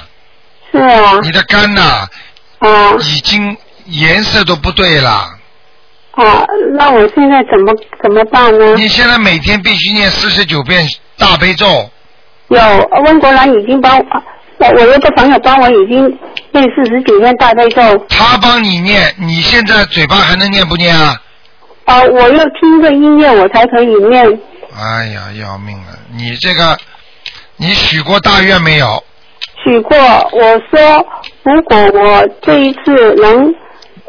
是啊，
你的肝呐、
啊
已经颜色都不对了。
啊，那我现在怎么怎么办呢？
你现在每天必须念四十九遍大悲咒，
有温国兰已经帮我，我我有个朋友帮我已经念四十九遍大悲咒，
他帮你念，你现在嘴巴还能念不念啊？
啊，我要听个音乐我才可以念。
哎呀，要命了！你这个，你许过大愿没有？
许过，我说如果我这一次能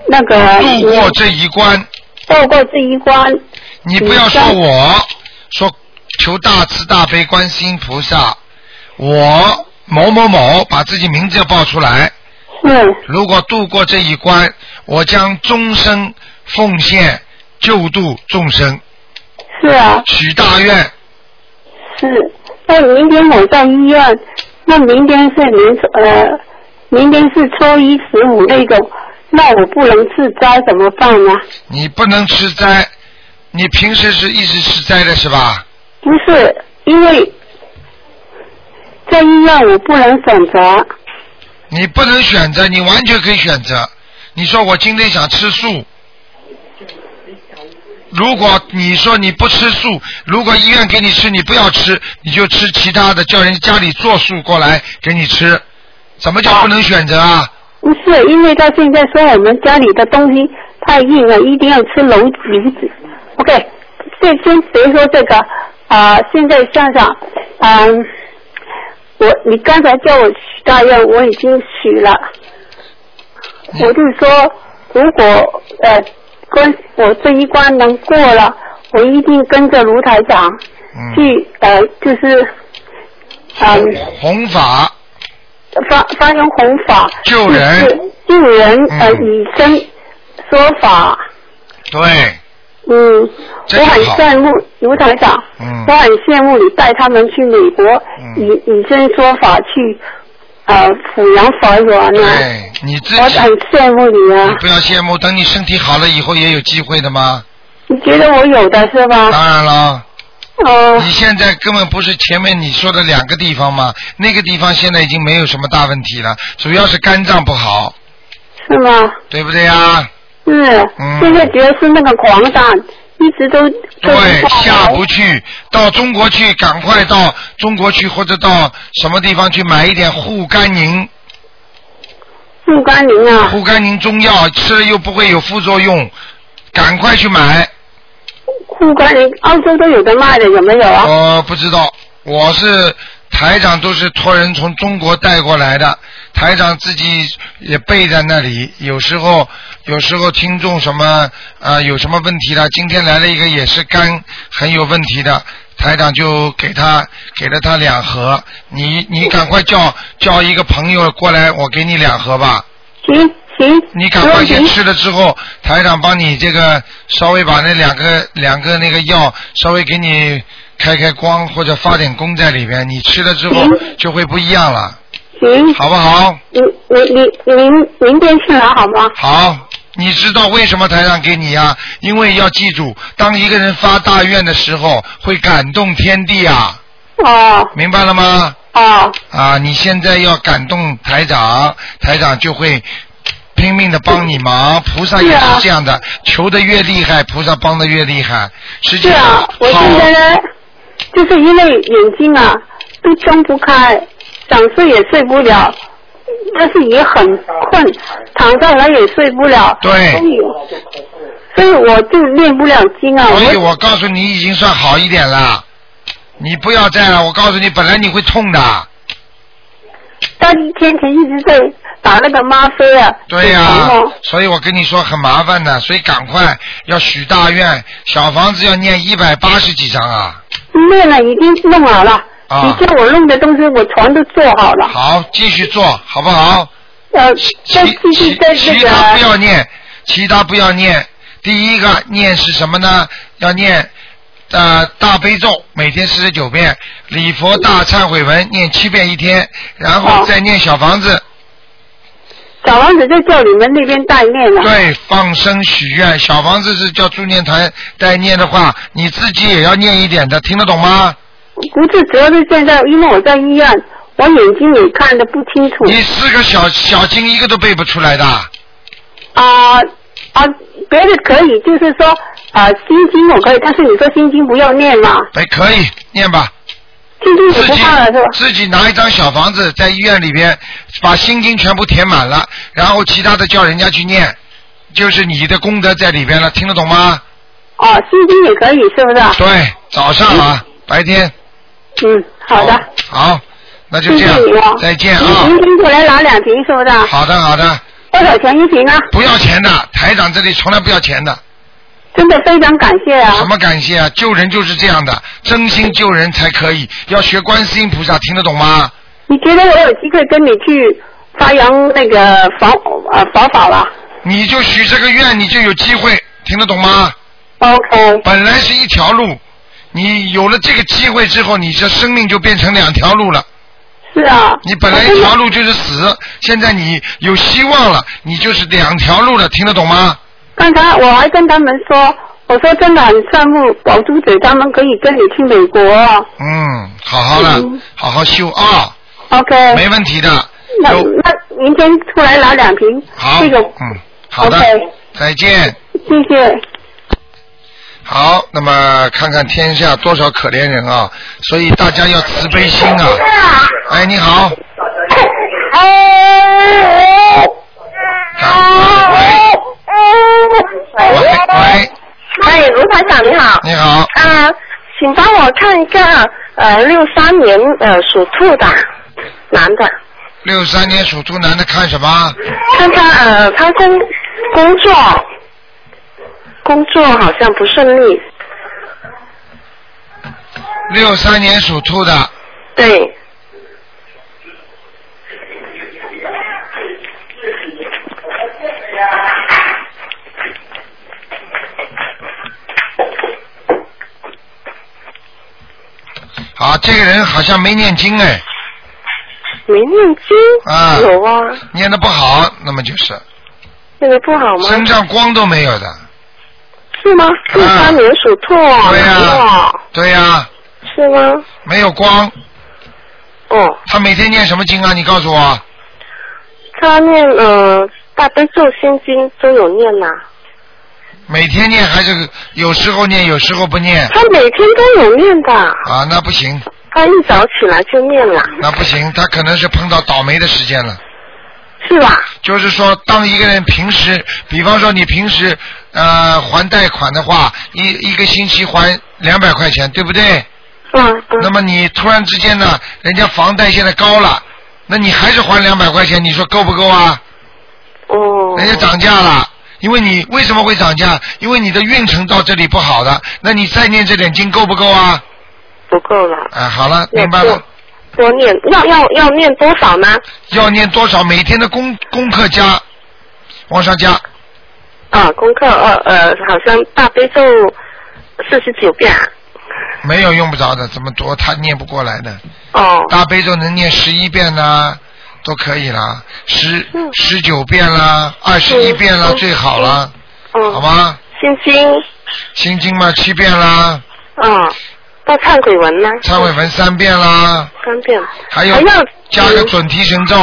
那个
度过这一关，
度过这一关，
你不要说我，说求大慈大悲观世音菩萨，我某某某把自己名字要报出来，
是
如果度过这一关，我将终身奉献救度众生，
是啊
许大愿。
是。那明天我在医院，那明天是明呃，明天是初一十五那个，那我不能自摘怎么办呢？
你不能吃斋，你平时是一直吃斋的是吧？
不是因为在医院我不能选择，
你不能选择，你完全可以选择。你说我今天想吃素，如果你说你不吃素，如果医院给你吃，你不要吃，你就吃其他的，叫人家里做素过来给你吃。什么叫不能选择啊？
不是，因为他现在说我们家里的东西太硬了，一定要吃楼梨子。OK，这先别说这个啊、现在想想，嗯、我你刚才叫我许大愿，我已经许了。我就说，如果呃跟我这一关能过了，我一定跟着卢台长
嗯，
去、呃，就是嗯、
弘法
发发扬弘法，
救人
就是救人
嗯
呃以身说法，
对，
嗯，
这就
我很
好
羡慕卢台长，
嗯
我很羡慕你带他们去美国、以以身说法去呃弘扬佛法呢，
对，你自
我
己嗯
很羡慕你
你
啊，
不要羡慕，等你身体好了以后也有机会的嘛。
你觉得我有的是吧？
当然了，
哦、
你现在根本不是前面你说的两个地方嘛，那个地方现在已经没有什么大问题了，主要是肝脏不好，
是吗？
对不对呀？
是，
嗯
现在主要是那个狂散，一直都都
对，下
来
不去，到中国去，赶快到中国去，或者到什么地方去买一点护肝宁，
护肝灵啊，
护肝宁中药吃了又不会有副作用，赶快去买。
护肝灵，澳洲都有的卖的，有没有啊？
我不知道，我是台长，都是托人从中国带过来的。台长自己也备在那里，有时候有时候听众什么啊、呃有什么问题了，今天来了一个也是肝很有问题的，台长就给他给了他两盒，你你赶快叫叫一个朋友过来，我给你两盒吧。
行行，
你赶快
没
先
问题
吃了之后，台长帮你这个稍微把那两个两个那个药稍微给你开开光或者发点功在里边，你吃了之后
嗯
就会不一样了，
行，
好不好？
您您您您明天去拿好吗？
好，你知道为什么台长给你呀、因为要记住，当一个人发大愿的时候，会感动天地啊，
哦
明白了吗？
哦，
啊，你现在要感动台长，台长就会拼命的帮你忙。菩萨也
是啊
是这样的，求的越厉害，菩萨帮的越厉害。实际
是
上，
啊，我现在
好，
呢，就是因为眼睛啊都睁不开，想睡也睡不了，但是也很困，躺下来也睡不了。
对
所以所以我就练不了经啊。
所以我告诉你，已经算好一点了。你不要再了，我告诉你，本来你会痛的。
但一天前一直在打那个吗啡啊，
对呀、
很疼哦
所以我跟你说很麻烦的，所以赶快要许大愿，小房子要念一百八十几张啊。
练了已经弄好了。
啊
你叫我弄的东西，我全都做好了。
好，继续做好不好？
呃，
其
再继续在
其
这
其他不
个
要念，其他不要念。第一个念是什么呢？要念呃大悲咒，每天四十九遍，礼佛大忏悔文念七遍一天，然后
好
再念小房子，
小王子就叫你们那边啊代练了。
对，放生许愿。小房子是叫助念团代念的话，你自己也要念一点的，听得懂吗？
不是，主要是现在因为我在医院，我眼睛也看得不清楚
你四个小小经一个都背不出来的。
啊啊，别的可以，就是说啊，心经我可以，但是你说心经不要念嘛，
哎，可以念吧，
心经
自
也不
己
怕了是吧？
自己拿一张小房子，在医院里边把心经全部填满了，然后其他的叫人家去念，就是你的功德在里边了，听得懂吗？
哦、心经也可以是不是啊？
对，早上啊，白天。
嗯，好的，
好，那就
谢
这
谢
样
你啊，，
再见啊
你。明天过来拿两瓶是不是啊？
好的，好的，
多少钱一瓶啊？
不要钱的，台长这里从来不要钱的，
真的非常感谢啊
什！么感谢啊？救人就是这样的，真心救人才可以，要学观世音菩萨，听得懂吗？
你觉得我有机会跟你去发扬那个佛呃佛法吧
你就许这个愿，你就有机会，听得懂吗？
？OK，
本来是一条路，你有了这个机会之后，你这生命就变成两条路了。
是啊。
你本来
我
一
真的
条路就是死，现在你有希望了，你就是两条路了，听得懂吗？
刚才我还跟他们说，我说真的很羡慕宝珠姐他们可以跟你去美国啊。
嗯，好好了，
嗯
好好修啊，
OK，
没问题的。
那
有
那明天出来拿两瓶
好，
这个
嗯，好的
OK
再见。
谢谢。
好，那么看看天下多少可怜人啊！所以大家要慈悲心啊！哎，你好，
哎，卢台长你好。
你好，
啊、请帮我看一个呃六三年呃属兔的男的，
六三年属兔男的看什么？
看他呃他工工作工作好像不顺利，
六三年属兔的，
对。
啊，这个人好像没念经哎，
没念经，
啊
有啊，
念的不好，那么就是
那个不好吗？
身上光都没有的。
是吗？六三年属兔，
对呀、
男的
对呀、
是吗？
没有光。
哦。
他每天念什么经啊？你告诉我，
他念呃大悲咒心经都有念呐、
每天念还是有时候念，有时候不念
他每天都有念的，
啊？那不行，
他一早起来就念了，
那不行，他可能是碰到倒霉的时间了。
是吧？
就是说，当一个人平时，比方说你平时呃还贷款的话，一一个星期还两百块钱，对不对？
嗯
那么你突然之间呢，人家房贷现在高了，那你还是还两百块钱，你说够不够啊？
哦。
人家涨价了，因为你为什么会涨价？因为你的运程到这里不好的，那你再念这点经够不够啊？
不够了，
啊，好了，
要
明白了。
多念，要要要念多少呢？
要念多少？每天的功功课加，往上加，
啊，功课呃呃，好像大悲咒四十九遍啊。
没有用不着的，这么多他念不过来的。
哦
大悲咒能念十一遍啦，都可以啦，十十九遍啦，二十一遍啦，
嗯
最好啦，
嗯，
好？吗？
心经，
心经嘛七遍啦，
嗯，到忏悔文呢？
忏悔文三遍啦，
三遍，
还有
还要嗯
加个准提神咒，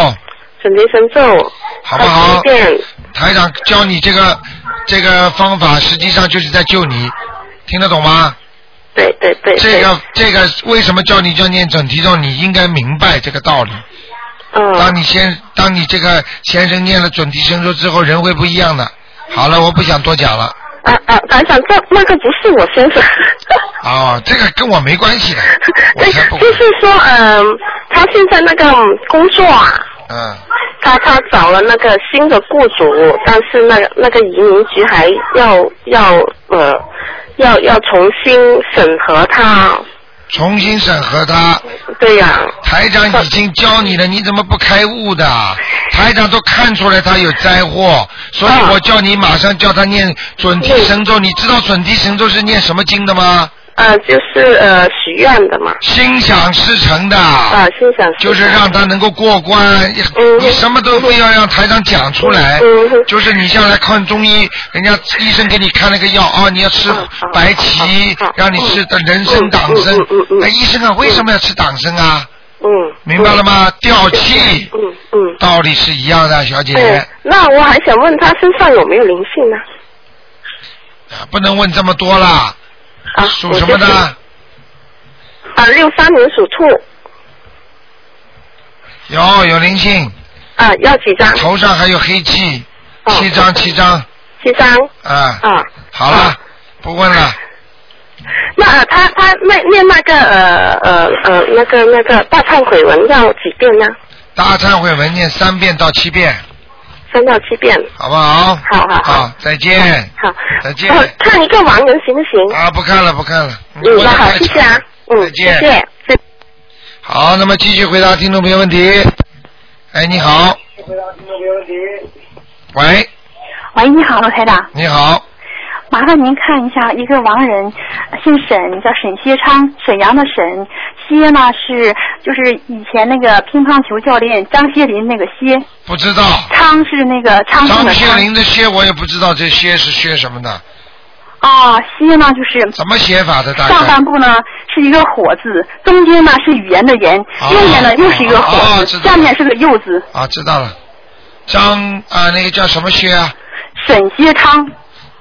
准提神咒，
好不
二十
好
一？遍，
台长教你这个这个方法，实际上就是在救你，听得懂吗？
对对对，
这
对，
个这个为什么叫你叫念准提咒？你应该明白这个道理。当
嗯，
你先当你这个先生念了准提神咒之后，人会不一样的。好了，我不想多讲了。
啊啊，台长，这那个不是我先生。
哦，这个跟我没关系的，我
对
才不，
就
管。
是说，嗯、他现在那个嗯工作啊，
嗯，
他他找了那个新的雇主，但是那个那个移民局还要要呃要要重新审核他，
重新审核他。
对呀、
台长已经教你了，你怎么不开悟的？台长都看出来他有灾祸，所以我叫你马上叫他念准提神咒。你知道准提神咒是念什么经的吗？
呃，就是呃许愿的嘛，
心想事成的。
啊，心想事成
就是让他能够过关，你什么都非要让台长讲出来。
嗯
就是你像来看中医，人家医生给你开了个药啊，你要吃白芪
嗯嗯，
让你吃的人参、党参
嗯嗯嗯。嗯
哎，医生啊，为什么要吃党参啊？
嗯，
明白了吗？吊气，
嗯嗯。哎
道理是一样的，小
对
姐，，
那我还想问他身上有没有灵性呢？
啊不能问这么多啦。
啊，
属什么
我就是
的？
啊，六三年属兔，
有有灵性，
啊，要几张？
头上还有黑气，
哦
七张七张
七张。
啊。
啊，
好了
啊，
不问了。
那呃他他念念那个呃呃呃那个那个大忏悔文要几遍呢？
大忏悔文念三遍到七遍，
三到七遍。
好不好？
好好好
好，再见。
好，
再见
呃看一个亡人行不行？
啊，不看了，不看了。嗯
嗯，
问得
那好，
太
谢谢
长
啊
了，
嗯，
再见。
谢谢。再
好，那么继续回答听众朋友问题。哎，你好。回答听众朋友问题。喂，
喂，哎你好，罗台
啊
长，
你好，
麻烦您看一下一个亡人，
呃
姓沈，叫沈歇昌，沈阳的沈，歇呢是就是以前那个乒乓球教练张歇林那个歇，
不知道。
昌是那个昌盛
张
的
学
昌。
林的薛我也不知道这薛是薛什么的，
啊，歇呢就是
怎么写法的？大概
上半部呢是一个火字，中间呢是语言的言，
哦
右面呢又是一个
哦
火
知
字，
道
下面是个右字，
啊，知道了。张啊，那个叫什么薛啊？
沈歇昌，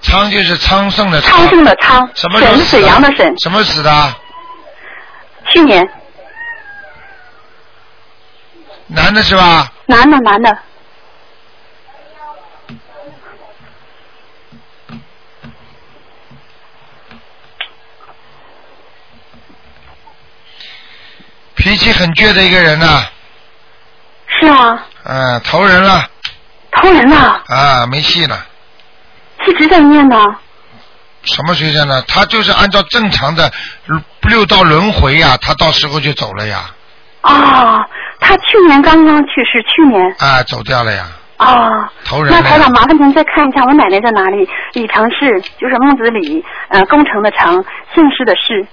昌就是昌盛的
昌盛的昌，
什么时候
沈
死
是沈阳的沈，
什么死的？
去年
男的是吧？
男的男的，
脾气很倔的一个人呐、
是啊，
嗯，投人了
投人了，
啊，没戏了。
一直在念呢，
什么学生呢？他就是按照正常的六道轮回呀、他到时候就走了呀，
啊、他去年刚刚去世，去年
啊，走掉了呀，
啊。
投人
那台
了
长，。麻烦您再看一下我奶奶在哪里？李成市，就是木子李，呃，工程的程，姓氏的氏，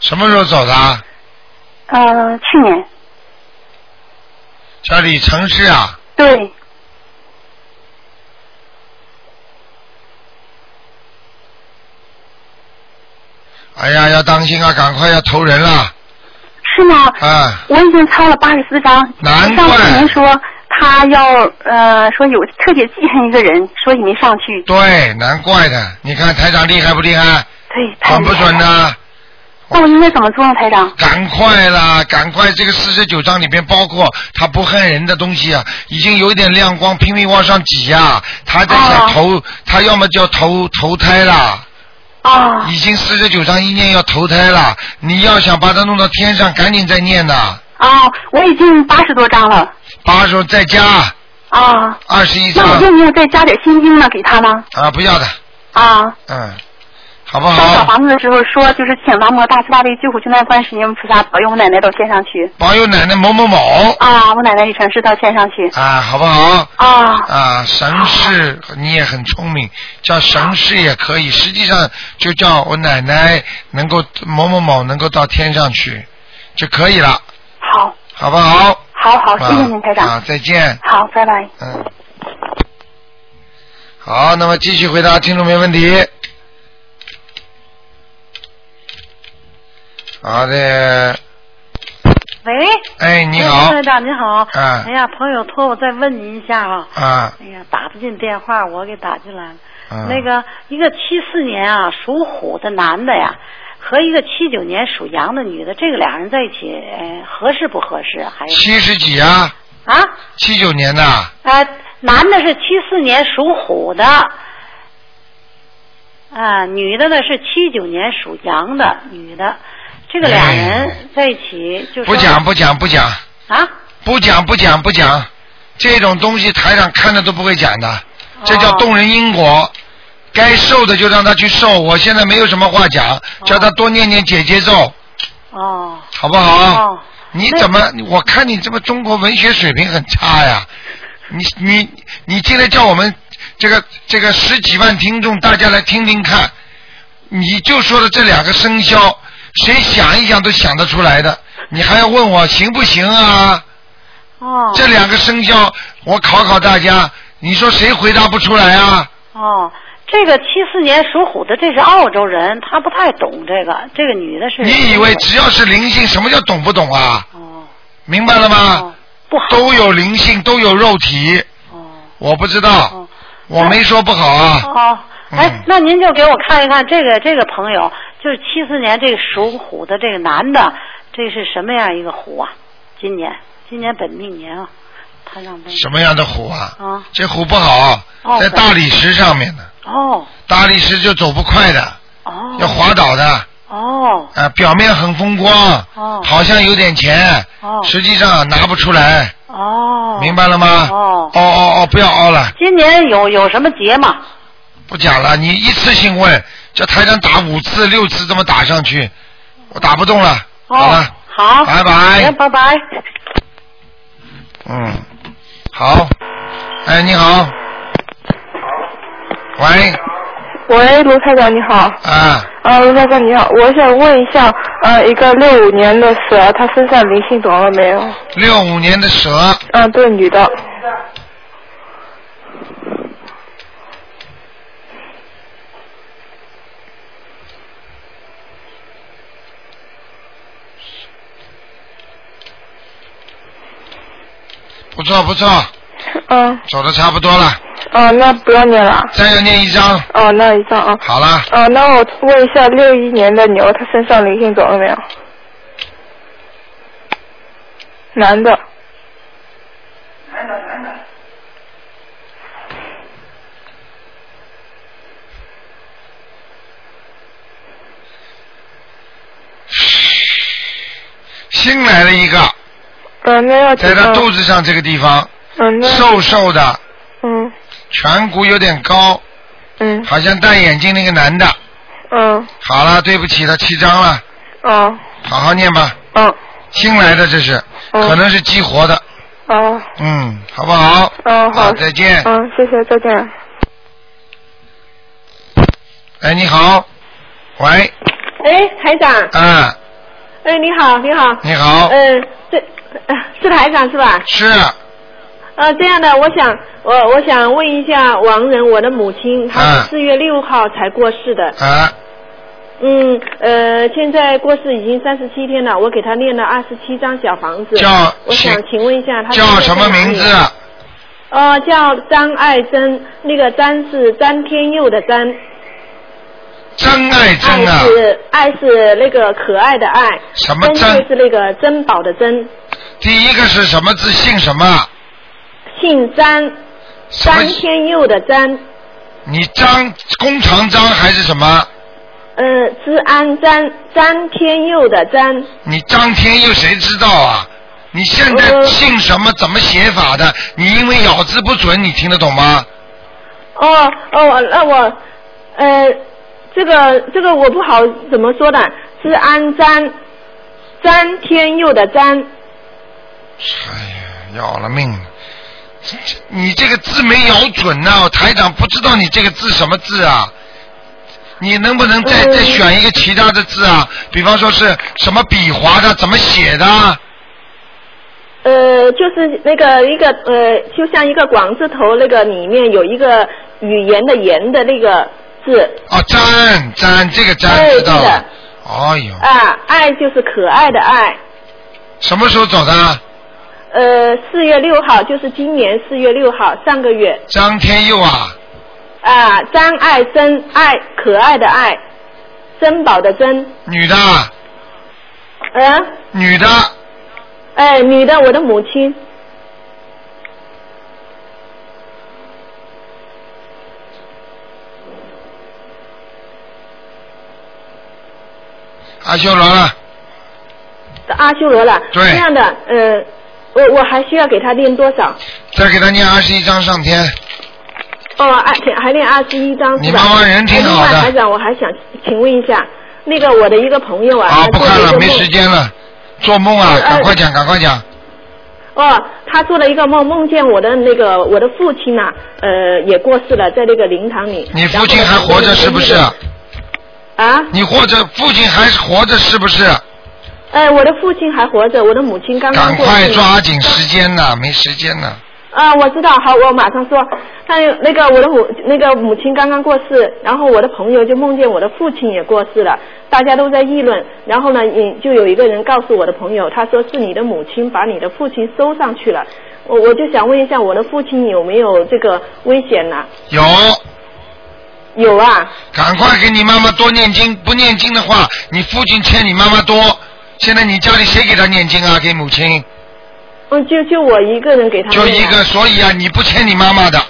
什么时候走的啊？
呃，去年
叫李成市啊，
对，
哎呀，要当心啊，赶快要投人了
是吗？
啊！
我已经抄了八十四张。
难
上次您说他要呃说有特别记恨一个人，所以没上去。
对，哎难怪的，你看台长厉害不厉害？
对，太
准不准
厉害了
呢？
那我应该怎么做呢，台长？
赶快啦，赶快！这个四十九章里边包括他不恨人的东西啊，已经有一点亮光，拼命往上挤呀、他在想投，
哦
他要么就要投投胎啦。
啊。
已经四十九章一念要投胎了，你要想把它弄到天上，赶紧再念呐。
啊，我已经八十多张了。
八十再加
啊。
二十一章
那我用不用再加点心经呢？给他呢？
啊，不要的，
啊。
嗯，好不
烧小
好？
房子的时候说，就是请南无大慈大悲救苦救难观世音菩萨保佑我奶奶到天上去。
保佑奶奶某某某
啊，我奶奶李传世到天上去。
啊，好不好？
啊
啊，神是你也很聪明，叫神是也可以。实际上就叫我奶奶能够某某某能够到天上去就可以了，
好，
好不好？
好好，
啊
谢谢您台长。
啊，再见。
好，拜拜。
嗯。好，那么继续回答听众没问题。好的，
喂，
哎，你
哎
好
台，长您好。
啊
哎呀，朋友托我再问您一下啊。
啊，
哎呀，打不进电话，我给打进来了。
嗯
那个一个七四年啊属虎的男的呀，和一个七九年属羊的女的，这个俩人在一起、哎合适不合适啊？还有
七十几啊？
啊，
七九年的啊，
呃，男的是七四年属虎的，啊，女的呢是七九年属羊的女的，这个俩人在一起就
哎不讲不讲不讲，
啊，
不讲不讲不讲，这种东西台上看了都不会讲的，
哦
这叫动人因果。该受的就让他去受，我现在没有什么话讲，叫他多念念姐姐咒，
哦，
好不好？
哦
你怎么？我看你这么中国文学水平很差呀！你你你进来叫我们这个这个十几万听众，大家来听听看，你就说的这两个生肖，谁想一想都想得出来的，你还要问我行不行啊？
哦，
这两个生肖，我考考大家，你说谁回答不出来啊？
哦，这个七四年属虎的，这是澳洲人，他不太懂这个。这个女的是
你以为只要是灵性，什么叫懂不懂啊？
哦，
明白了吗？
不好，
都有灵性，都有肉体。我不知道，我没说不好啊。
哦，哎，那您就给我看一看这个这个朋友，就是七四年这个属虎的这个男的，这是什么样一个虎啊？今年今年本命年啊，他让问
什么样的虎啊？
啊
这虎不好，
哦
在大理石上面呢，
哦
大理石就走不快的，
哦
要滑倒的，啊、
哦
表面很风光，
哦
好像有点钱，
哦
实际上拿不出来，
哦，
明白了吗？
哦，
哦哦哦，不要凹了，
今年有有什么节吗？
不讲了，你一次性问，叫台长打五次、六次这么打上去，我打不动了，
哦
好了，
好，
拜拜
行拜拜。
嗯，好，哎，你好，喂，
喂，卢台长你好。
啊，
啊，卢台长你好，我想问一下，呃，一个六五年的蛇，她身上灵性走了没有？
六五年的蛇，
啊，对，女的。
不错不错，
嗯
走的差不多了，
哦，那不要念了。
再要念一张。
哦，那一张啊。
好啦，
哦，那我问一下，六一年的牛，它身上灵性走了没有？男的。
*laughs* 新来了一个，
嗯，那要几
在他
张
肚子上这个地方，
嗯，那
瘦瘦的，
嗯
颧骨有点高，
嗯
好像戴眼镜那个男的。
嗯
好了，对不起，他七张了，
哦
好好念吧。
嗯。
新来的这是，可能是激活的，
哦
嗯，好不好？
哦好，
再见。
嗯，谢谢，再见。
哎，你好，喂，
哎，台长，
啊，
哎，你好，你好，
你好
嗯、这呃是台长是吧？
是
呃，这样的，我想，我我想问一下王仁，我的母亲，她
啊
是四月六号才过世的，
啊，
嗯，呃，现在过世已经三十七天了，我给她念了二十七张小房子，
叫
我想请问一下她
叫
现在
什么
在哪
名
里
字？啊
呃，叫张爱珍，那个詹是詹天佑的詹，
张爱
爱
珍啊，
哎是爱是那个可爱的爱，
什么
珍
珍
就是那个珍宝的珍，
第一个是什么字？姓什么？
姓詹，
什么
詹天佑的詹，
你张弓长张还是什么？
呃，治安詹，詹天佑的詹，
你张天佑谁知道啊？你现在姓什么？怎么写法的？你因为咬字不准，你听得懂吗？
哦哦，那我，呃，这个这个我不好怎么说的，治安詹，詹天佑的詹，
哎要了命了！你这个字没咬准呐、我台长不知道你这个字什么字啊？你能不能再、再选一个其他的字啊？比方说是什么笔划的，怎么写的啊？
呃，就是那个一个呃，就像一个广字头那个里面有一个语言的言的那个字，
哦，詹詹，这个
哎
詹知道了
是的。
哎呦，
啊，爱就是可爱的爱。
什么时候走的？
呃，四月六号，就是今年四月六号，上个月
张天佑啊，
啊，张爱珍爱可爱的爱，珍宝的珍，
女的啊，
嗯、
女的，
哎，女的，我的母亲，
阿修罗了。
阿修罗了。
对
这样的，呃，我我还需要给她念多少？
再给他念二十一章上天。
哦，二还念二十一张
你
是吧
妈妈人挺好的
哎另外台长，我还想请问一下，那个我的一个朋友啊，
啊，
他
不
做
看
一
了，
个
没
梦
时间了，做梦啊，
呃
赶快讲，赶快讲。
哦，他做了一个梦，梦见我的那个我的父亲呐、呃，也过世了，在那个灵堂里。
你父亲还活着是不是？
啊？
你或者父亲还活着是不是？
哎，我的父亲还活着，我的母亲刚刚
赶
过世。
快抓紧时间呐，没时间呐。
啊，我知道，好，我马上说。他有那个我的母那个母亲刚刚过世，然后我的朋友就梦见我的父亲也过世了，大家都在议论。然后呢，也就有一个人告诉我的朋友，他说是你的母亲把你的父亲收上去了。我我就想问一下，我的父亲有没有这个危险呢、
有，
有啊，
赶快给你妈妈多念经，不念经的话，你父亲欠你妈妈多。现在你家里谁给他念经啊？给母亲，
嗯，就就我一个人给他
就
念
一
啊
个。所以啊，你不欠你妈妈的，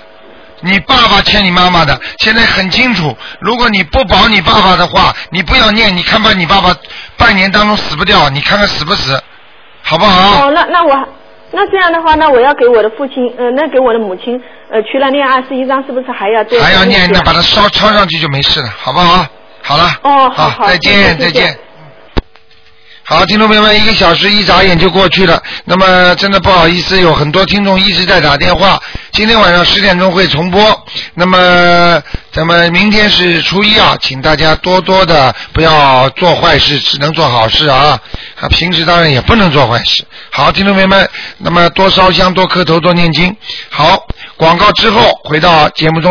你爸爸欠你妈妈的。现在很清楚，如果你不保你爸爸的话，你不要念，你看把你爸爸半年当中死不掉，你看看死不死，好不好？
哦，那那我那这样的话，那我要给我的父亲，呃，那给我的母亲，呃，除了念二十一章，是不是还要做？
还要念，那把它烧抄上去就没事了，好不好？好了，
哦，好
好，再见，
谢谢
再
谢谢
见。好，听众朋友们，一个小时一眨眼就过去了。那么真的不好意思，有很多听众一直在打电话。今天晚上十点钟会重播。那么咱们明天是初一啊，请大家多多的不要做坏事，只能做好事啊。啊，平时当然也不能做坏事。好，听众朋友们，那么多烧香、多磕头、多念经。好，广告之后回到节目中。